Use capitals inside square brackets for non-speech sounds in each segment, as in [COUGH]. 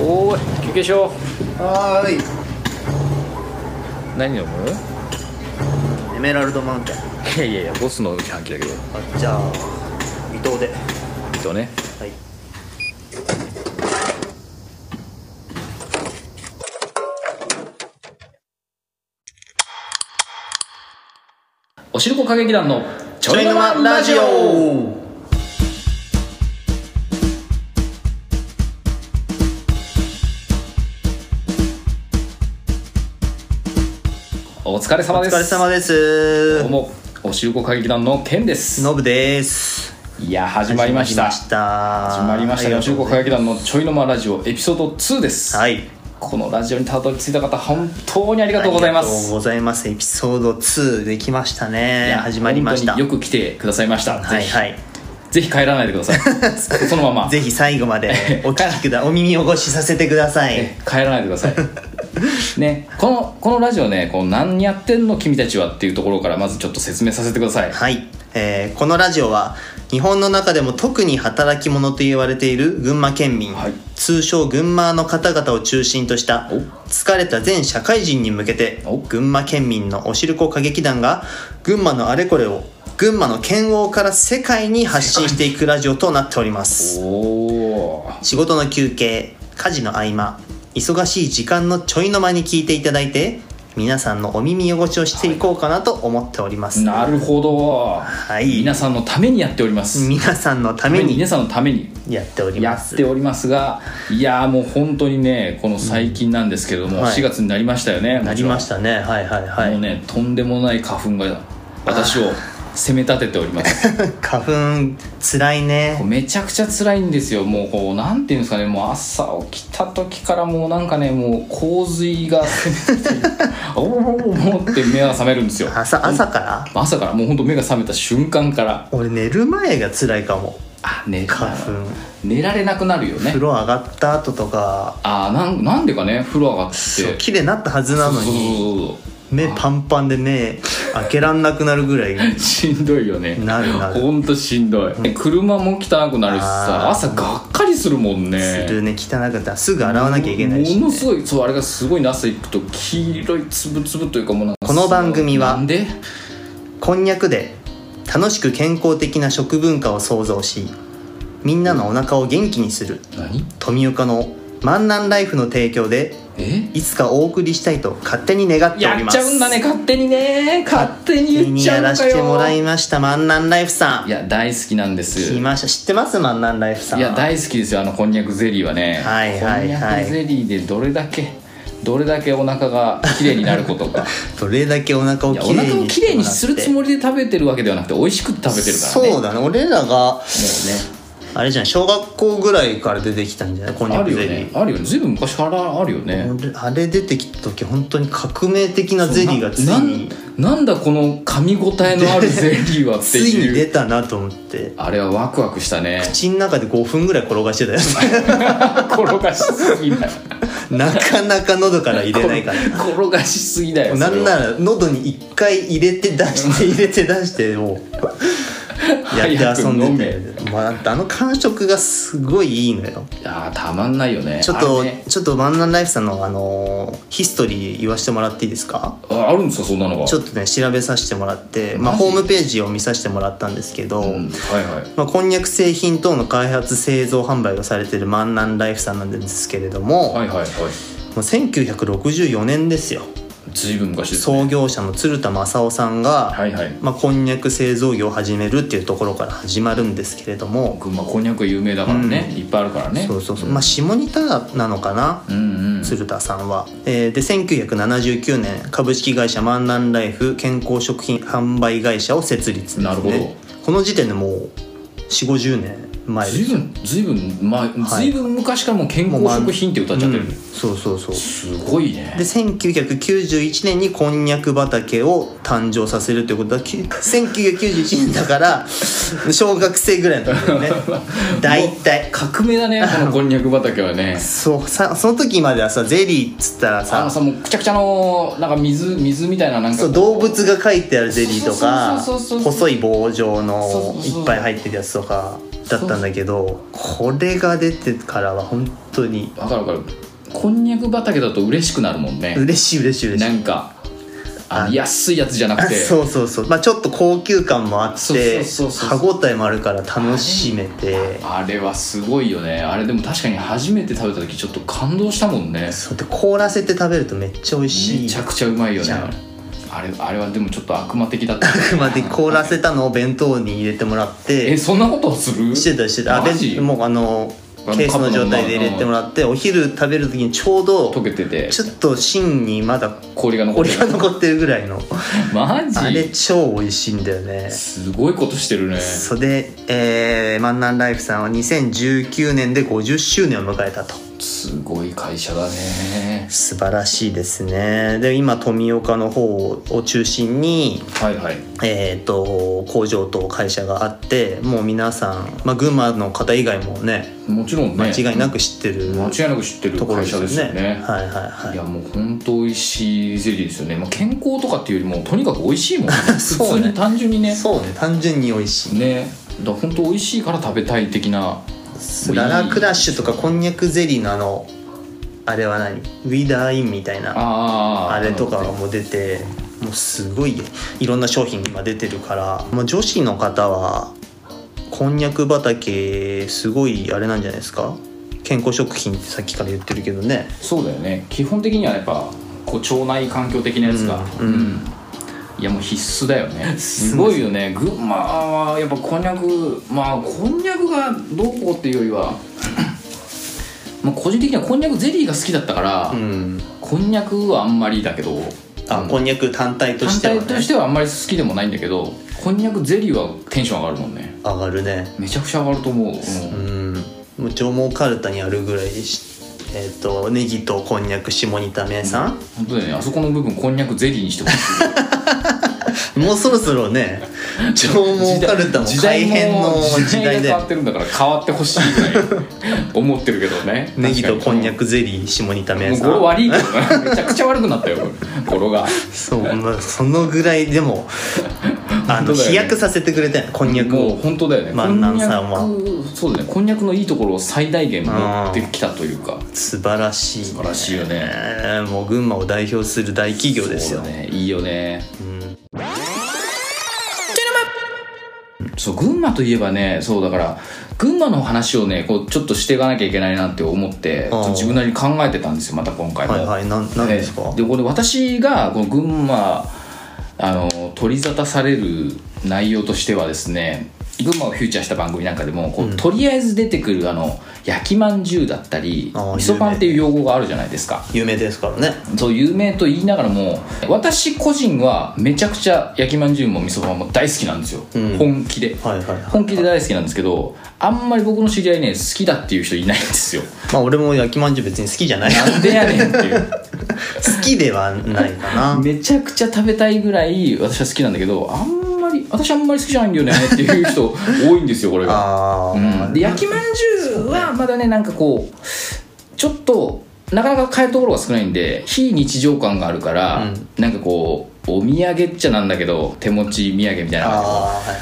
おーい休憩しよはーいう何飲むエメラルドマウンテいンやいやいやボスの自販機だけどあじゃあ伊藤でえっとねはいおしるこ歌劇団のちちょいのまラジオお疲れ様おで疲すれ様でどすうもおしるこ歌劇団のケンですノブですいや始まりました始ま始まりましたねおしるこ歌劇団のちょいのまラジオエピソード2ですはいこのラジオにたどり着いた方本当にありがとうございまありがとうすございますエピソード2できましたいねや始まりました本当によく来てくださいましたはぜいひはいぜひ帰らないでくださ [LAUGHS] いそのままぜひ最後までお聞 [LAUGHS] きくだお耳汚しさせてくださいえ帰らないでくださ [LAUGHS] いねこのこのラジオねこう何やってんの君たちはっていうところからまずちょっと説明させてくださいはい、えーこのラジオは日本の中でも特に働き者と言われている群馬県民、はい通称群馬の方々を中心としたお疲れた全社会人に向けてお群馬県民のおしるこ歌劇団が群馬のあれこれを群馬の県央から世界に発信していくラジオとなっておりますおおー仕事の休憩家事の合間忙しい時間のちょいの間に聞いていただいて皆さんのお耳汚しをしていこうかなと思っております、なるほど、い皆さんのためにやっております皆さんのために皆さんのためにやっておりやまっすておりますがいやーもう本当にねこの最近なんですけれども、うんはい4月になりましたよねなりましたたねはいはいはもいうねとんでもない花粉が私を責め立てております花粉つらいねめちゃくちゃ辛いんですよもうこうなんていうんですかねもう朝起きた時からもうなんかねもう洪水がお [LAUGHS] お思って目が覚めるんですよ朝朝から朝からもうほんと目が覚めた瞬間から俺寝る前がつらいかもあ寝花粉寝られなくなるよね風呂上がった後とかあなんなんでかね風呂上がってそう綺麗になったはずなのにそうそうそう目パンパンで目開けらんなくなるぐらいそうしんどいよねなるなるほんとしんどい、車も汚くなるしさあー朝がっかりするもんねするね汚かったらすぐ洗わなきゃいけないし、もねの、すごいそうあれがすごいな朝行くと黄色い粒々というかもうなんかこの番組はなんでこんにゃくで楽しく健康的な食文化を創造しみんなのお腹を元気にする何富岡の万南ライフの提供でえいつかお送りしたいと勝手に願っておやりっまちすゃうんだね勝手にね勝手に言っにちゃやうのらかせよてもらいました万南ライフさいんや大好きなんです来ました知ってます万南ライフさんいや大好きですよあのこんにゃくゼリーはね、はいはいはいこんにゃくゼリーでどれだけどれだけお腹が綺麗になること [LAUGHS] かどれだけお腹をいやおきれいに腹を綺麗にするつもりで食べてるわけではなくて美味しく食べてるからねそうだね俺らがもあれじゃん小学校ぐらいから出てきたんじゃないこんにゃうねあくるよゼリー、ねあるよねずいぶん昔からあるよね、俺あれ出てきた時本当に革命的なゼリーがついにななんだこの噛み応えのあるゼリーはってついにい出うたなと思ってあれはワクワクしたね口の中で5分ぐらい転がしてたよ [LAUGHS] 転がしすぎだよなかなか喉から入れないから転がしすぎだよそなれんはなら喉に一回入れて出して入れて出し [LAUGHS] てもうやって遊んでて、まあ、あの感触がすごいいいのよいやーたまんないよねちょっと、あれねちょっと万南ライフさんのあのーヒストリー言わせてもらっていいですかああるんですかそんなのがちょっとね調べさせてもらって、まあ、マジホームページを見させてもらったんですけど、うんはいはいまあ、こんにゃく製品等の開発製造販売をされてる万南ライフさんなんですけれども、はいはいはいもう1964年ですよずいぶん昔です創業者の鶴田正夫さんが、はいはいまあ、こんにゃく製造業を始めるっていうところから始まるんですけれども、群馬こんにゃくが有名だからね、いっぱいあるからねそうそうそう、まあ、下仁田なのかな、うんうん鶴田さんは、えーで1979年株式会社万南ライフ健康食品販売会社を設立です、ね、なるほどこの時点でもう4 5 0年前ずいぶんずいぶん、まあ、ずいぶん昔からもう健もうま康食品って歌っちゃってる、うんそうそうそうすごいねで1991年にこんにゃく畑を誕生させるということだき1991年だから小学生ぐらいだったんだ [LAUGHS] よね大体革命だねこのこんにゃく畑は [LAUGHS] ねそうさその時まではさゼリーっつったらあのささもうくちゃくちゃのなんか水水みたいななんかこそう動物が書いてあるゼリーとかそうそうそうそうそうそう細い棒状のそうそうそういっぱい入ってるやつとかだったんだけどこれが出てからは本当にわかるわかるこんにゃく畑だと嬉しくなるもんね嬉しい嬉しい嬉しいなんかあのあ安いやつじゃなくて [LAUGHS] そうそうそう、まあ、ちょっと高級感もあっそうてそうそうそ歯う応えもあるから楽しめてあれはすごいよねあれでも確かに初めて食べた時ちょっと感動したもんねそうで凍らせて食べるとめっちゃ美味しめいちゃくちゃうまいよじねゃんあれあれはでもちょっと悪魔的だった [LAUGHS] ね、 [LAUGHS] まで凍らせたのを弁当に入れてもらってえそんなことをするしてたしてたあマジ弁もうあのあのケースの状態で入れてもらってお昼食べる時にちょうど溶けててちょっと芯にまだ氷が残っ氷てがる残ってるぐらいのマあれジ超美味しいんだよねすごいことしてるねそれで、えー、万南ライフさんは2019年で50周年を迎えたとすごい会社だね素晴らしいですねで今富岡の方を中心にはいはいえー、と工場と会社があってもう皆さん、まあ、群馬の方以外もねもちろんね間違いなく知ってる間違いなく知ってるところ会です社よですよねねはいはいいはやもう本当美味しいゼリーですよね、まあ、健康とかっていうよりもとにかく美味しいもん、ね、 [LAUGHS] そうね普通に単純にいねそうね単純に美味しいねだから本当美味しいから食べたい的なもういいララクラッシュとかこんにゃくゼリーのあのあれは何ウィダーインみたいなあああれとかも出てもうすごいいろんな商品が出てるから、まあ、女子の方はこんにゃく畑すごいあれなんじゃないですか健康食品ってさっきから言ってるけどねそうだよね基本的にはやっぱこう腸内環境的なやつがうんうんいやもう必須だよ [LAUGHS] ねすごいよね群馬はやっぱこんにゃくまあこんにゃくがどうこうっていうよりは [CLEARS THROAT] まあ個人的にはこんにゃくゼリーが好きだったから、うんこんにゃくはあんまりだけどあ、うんこんにゃく単体と単しては、ね、体としてはあんまり好きでもないんだけどこんにゃくゼリーはテンション上がるもんね上がるねめちゃくちゃ上がると思う、うんうんもう上毛かるたにあるぐらいしえっ、とネギとこんにゃく下仁田名産、本当だよねあそこの部分こんにゃくゼリーにしてほしいもうそろそろ [LAUGHS] ね上毛かるたも改変の時代時代がで変わってるんだから変わってほしいぐらい [LAUGHS] 思ってるけどねネギとこんにゃくくゼリー下仁田名もう産語呂悪いけどねめちゃくちゃ悪くなったよ語呂がそう、まあ、そのぐらいで [LAUGHS] もあ本当の、だよね飛躍させてくれたよねこんにゃくもうを本当だよね万南さんはこにゃくそうだねこんにゃくのいいところを最大限持ってきたというか素晴らしい素晴らしいよねねもう群馬を代表する大企業ですよそうねだねいいよねうんそう群馬といえばねそうだから群馬の話をねこうちょっとしていかなきゃいけないなって思ってあー自分なりに考えてたんですよまた今回も、はいはいなんなんですか、ええでこれ私がこの群馬あの取り沙汰される内容としてはですね群馬をフューチャーした番組なんかでもこう、とりあえず出てくるあの焼きまんじゅうだったりあー味噌パンっていう用語があるじゃないですか有名ですからねそう有名と言いながらも私個人はめちゃくちゃ焼きまんじゅうも味噌パンも大好きなんですよ、うん本気ではいはいはい本気で大好きなんですけどあんまり僕の知り合いね好きだっていう人いないんです [LAUGHS] よまあ俺も焼きまんじゅう別に好きじゃない好なんでやねんっていうきではないか [LAUGHS] なめちゃくちゃ食べたいぐらい私は好きなんだけどあんまり私あんまり好きじゃないんだよねっていう人多いんですよこれが、あー、うんで焼きまんじゅうはまだねなんかこうちょっとなかなか買えるところが少ないんで非日常感があるから、うんなんかこうお土産っちゃなんだけど手持ち土産みたいな感じあーはいはい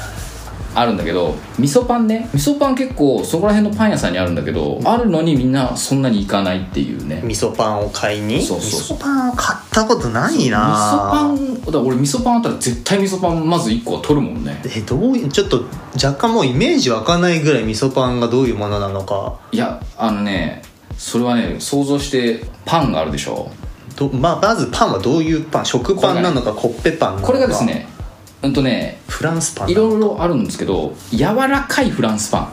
あるんだけど味噌パンね味噌パン結構そこら辺のパン屋さんにあるんだけどあるのにみんなそんなに行かないっていうね味噌パンを買いにそうそうそ味噌パンを買ったことない味噌パなンだから俺味噌パンあったら絶対味噌パンまず1個は取るもんねえどういうちょっと若干もうイメージ湧かないぐらい味噌パンがどういうものなのかいやあのねそれはね想像してパンがあるでしょど、まあ、まずパンはどういうパン食パンなのかコッペパンなのかこれがですねうんとねフランスパンないのろいろあるんですけど柔らかいフランスパ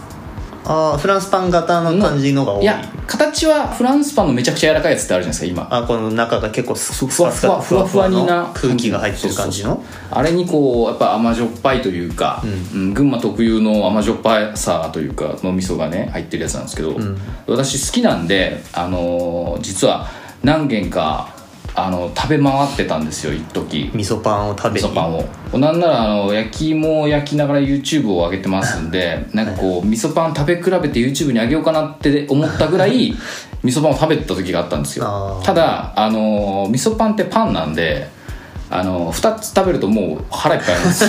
あーフランスパン型の感じのがン多いいや形はフランスパンのめちゃくちゃ柔らかいやつってあるじゃないですか今あこの中が結構スふわふわふわふわにな空気が入ってる感じそうのそうそうあれにこうやっぱ甘じょっぱいというか、ううん群馬特有の甘じょっぱさというかの味噌がね入ってるやつなんですけど、ん私好きなんで、あのー実は何軒か、あの食べ回ってたんですよ一時味噌パンを食べ味に噌パンをなんならあの焼き芋を焼きながら YouTube を上げてますんでなんかこう味噌パン食べ比べて YouTube に上げようかなって思ったぐら [LAUGHS] い味噌パンを食べてた時があったんですあよーただあのー味噌パンってパンなんであの2つ [LAUGHS] 食べるともう腹いっぱいなんですよ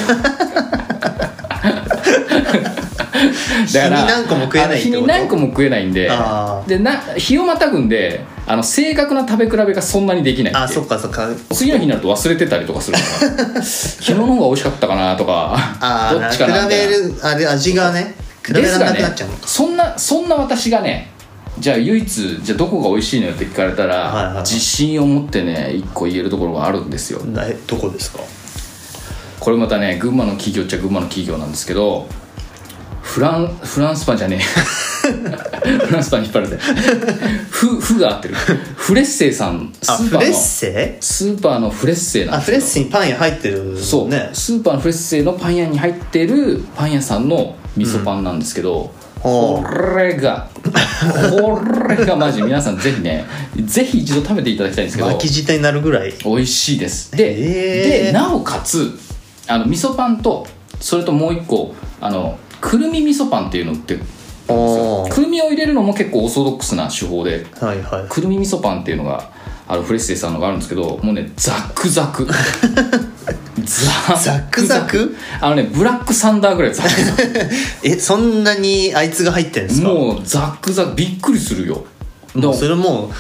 だから日に何個も食えあのないってこと日に何個も食えないんであーでな日をまたぐんであの正確な食べ比べがそんなにできないっていうあそっかそっか次の日になると忘れてたりとかするから [LAUGHS] 昨日の方が美味しかったかなとかあどっちかなあみ比たいなべるあれ味がね比べでらすれがなくねなっちゃうのか、そんなそんな私がねじゃあ唯一じゃあどこが美味しいのよって聞かれたら、はいはいはい自信を持ってね一個言えるところがあるんですよだどこですかこれまたね群馬の企業っちゃ群馬の企業なんですけどフランフランスパンじゃね [LAUGHS] えフランスパンに引っ張られてフフが合ってるフレッセイさんスあーフパーレッのセスーパーのフレッセイなんあですフレッセにパン屋入ってるもんねそう、スーパーのフレッセのパン屋に入ってるパン屋さんの味噌パンなんですけど、おこうれがこれがマジ皆さんぜひねぜひ一度食べていただきたいんですけど巻き舌になるぐらい美味しいですで,、へーでなおかつあの味噌パンとそれともう一個あのくるみ味噌パンっていうの売ってるんですおよーくるみを入れるのも結構オーソドックスな手法ではいはいくるみ味噌パンっていうのがあのフレッセさんのがあるんですけどもうねザクザ [LAUGHS] クザザクザクあのねブラックサンダーぐらいザクザクえ [LAUGHS] そんなにあいつが入ってるんですかももうザクザクびっくりするようだからそれもう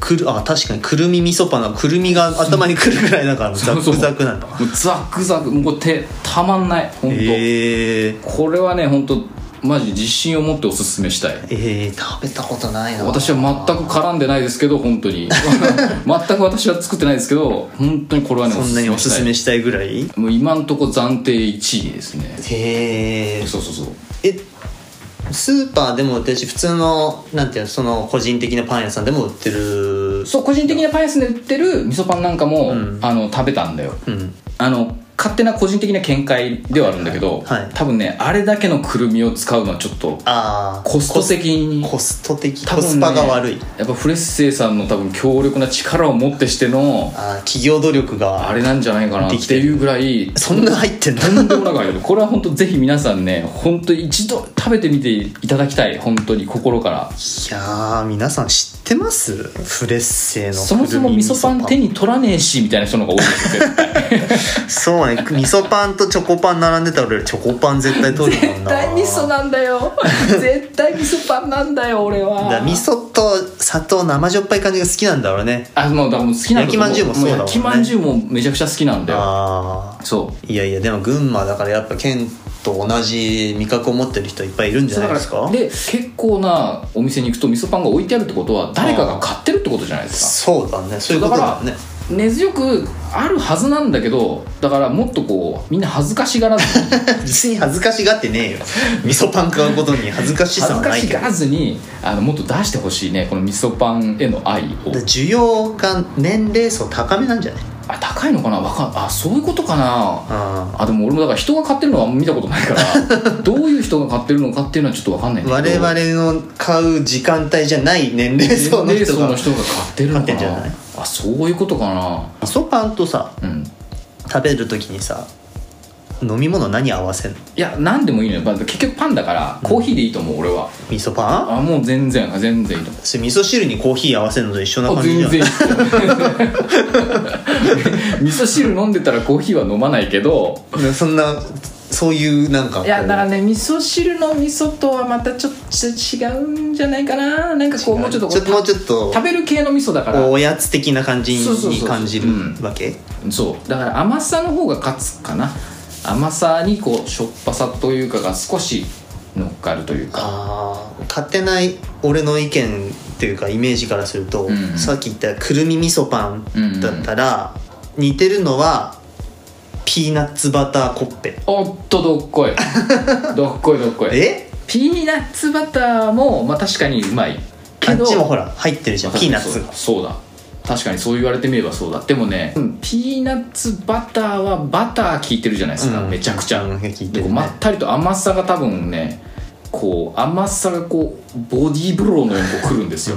くるあ確かにくるみ味噌パンのくるみが頭にくるぐらいだからザそうクそうザクなんだもうザクザクもう手たまんない本当、えー、これはね本当マジ自信を持っておすすめしたいえー、食べたことないな私は全く絡んでないですけど本当 [LAUGHS] に全く私は作ってないですけど本当にこれはねそんなにおすすしためしたいぐらいへいもう今んとこ暫定1位ですねえそうそうそうえスーパーでも売ってるし普通のなんていうのその個人的なパン屋さんでも売ってるそう個人的なパン屋さんで売ってる味噌パンなんかも、あの食べたんだようんあの勝手な個人的な見解ではあるんだけど、はいはい多分ねあれだけのくるみを使うのはちょっとああコスト的にコスト的、多コ分ねスパが悪いやっぱフレッセイさんの多分強力な力を持ってしてのあー企業努力があれなんじゃないかなっできててるいうぐらいそんな入ってん [LAUGHS] だとんでもなくあるこれは本当ぜひ皆さんね本当一度食べてみていただきたい本当に心からいやー皆さん知ってますフレッセのそもそもく味るみ噌パン手に取らねえしみたいな人の方が多いです [LAUGHS] よ絶対そうね [LAUGHS] 味噌パンとチョコパン並んでたら俺チョコパン絶対取るもんななんだよ絶対味噌パンなんだよ俺だから味噌と砂糖生じょっぱい感じが好きなんだろうねあもうだからもう好きなんだ焼きまんじゅうもそうだもんね焼きまんじゅうもめちゃくちゃ好きなんだよああそういやいやでも群馬だからやっぱ県と同じ味覚を持ってる人いっぱいいるんじゃないですかで結構なお店に行くと味噌パンが置いてあるってことは誰かが買ってるってことじゃないですかそうだねそういうことだよね根強くあるはずなんだけどだからもっとこうみんな恥ずかしがらず [LAUGHS] 別に恥ずかしがってねえよ味噌パン買うことに恥ずかし恥さずはかないしけどがらずにあのもっと出してほしいねこの味噌パンへの愛をだから需要が年齢層高めなんじゃないあ高いのかなわかんあそういうことかなああでも俺もだから人が買ってるのはあんま見たことないから [LAUGHS] どういう人が買ってるのかっていうのはちょっとわかんないんだけ我ど々の買う時間帯じゃない [LAUGHS] 年齢層の年齢人層がの人が買ってるの買かってんじゃなないあそういうことかな味噌パンとさうん食べる時にさ飲み物何合わせんのいや何でもいいのよまあ結局パンだからコーヒーでいいと思う俺は味噌パンあもう全然全然いいと思それ味噌汁にコーヒー合わせるのと一緒なうあ感じ全じゃな然いいい [LAUGHS] 味噌汁飲んでたらコーヒーは飲まないけどそんなそういうなんかこういやだからね味噌汁の味噌とはまたちょっと違うんじゃないかななんかこうもうちょっとこうちょっともうちょっと食べる系の味噌だからおやつ的な感じそうそうそうにそう感じるうんわけそうだから甘さの方が勝つかな甘さにこうしょっぱさというかが少し乗っかるというかああ買ってない俺の意見っていうかイメージからすると、うんさっき言ったくるみ味噌パンだったら、似てるのはピーナッツバターコッペおっとどっこ [LAUGHS] いどっこいどっこいえピーナッツバターも、まあ、確かにうまいあけっどちもほら入ってるじゃんピーナッツそうそうだ確かにそう言われてみればそうだでもね、うんピーナッツバターはバター効いてるじゃないですか、うんめちゃくちゃ、うん聞いてでるこうねまったりと甘さが多分ねこう甘さがこうボディーブローのようにこう来るんですよ、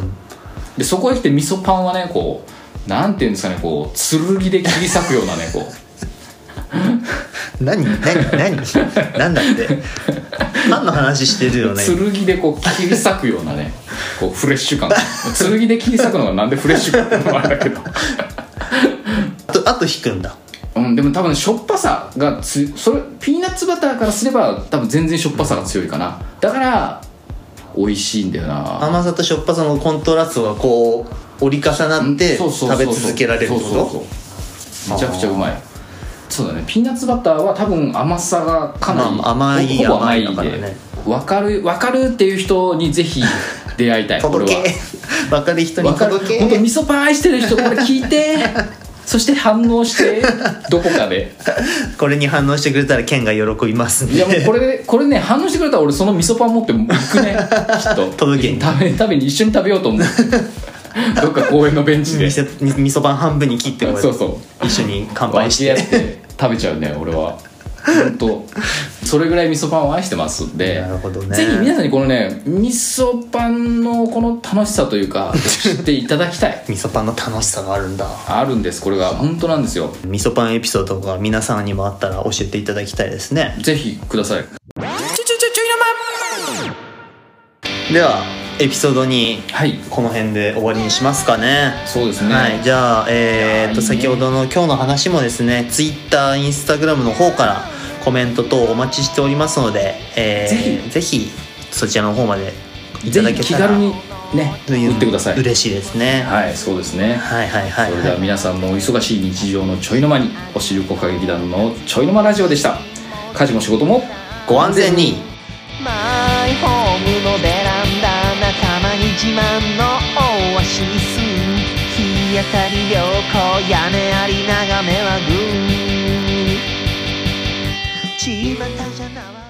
でそこへ来て味噌パンはねこうなんていうんですかねこう剣で切り裂くようなねこ [LAUGHS] う何何何なんだって [LAUGHS] パンの話してるよね剣でこう切り裂くようなねこうフレッシュ感剣で切り裂くのがなんでフレッシュ感なのかわかんだけどあとあと引くんだうん、でも多分しょっぱさがつそれピーナッツバターからすれば多分全然しょっぱさが強いかなだから美味しいんだよな甘さとしょっぱさのコントラストがこう折り重なって食べ続けられるっそてうそうこそうめちゃくちゃうまいそうだねピーナッツバターは多分甘さがかなり、まあ甘いほぼ甘い甘いだからで、ね分かる分かるっていう人にぜひ出会いたいと届俺はけ若い人にわかる届本当け味噌パン愛してる人これ聞い [LAUGHS] てそして反応してどこかでこれに反応してくれたらケンが喜びますいねやもうこれでこれね反応してくれたら俺その味噌パン持ってもう行くねきっと届けに食べ食べに一緒に食べようと [LAUGHS] 思うどっか公園のベンチで味噌味噌パン半分に切ってこうそうそう一緒に乾分杯けしてやって食べちゃうね俺は本当それぐらい味噌パンを愛してますんでなるほどねぜひ皆さんにこのね味噌パンのこの楽しさというか知っていただきたい味噌パンの楽しさがあるんだあるんですこれが本当なんですよ味噌パンエピソードが皆さんにもあったら教えていただきたいですねぜひくださいではエピソードにはいこの辺で終わりにしますかねそうですねはい、じゃあ、えーいやーいっといね先ほどの今日の話もですね Twitter、Instagram の方からコメント等お待ちしておりますので、えーぜひそちらの方までいたぜだひけ気たら軽にねという打ってください嬉しいですね、はいそうですねはい、はいはいそれはでいは皆さんもお忙しい日常のちょいの間におしるこ歌劇団のちょいの間ラジオでした家事も仕事もご安全にマイホームのベランダ仲間に自慢のオアシス日当たり良好屋根あり眺めはグー巷じゃなわ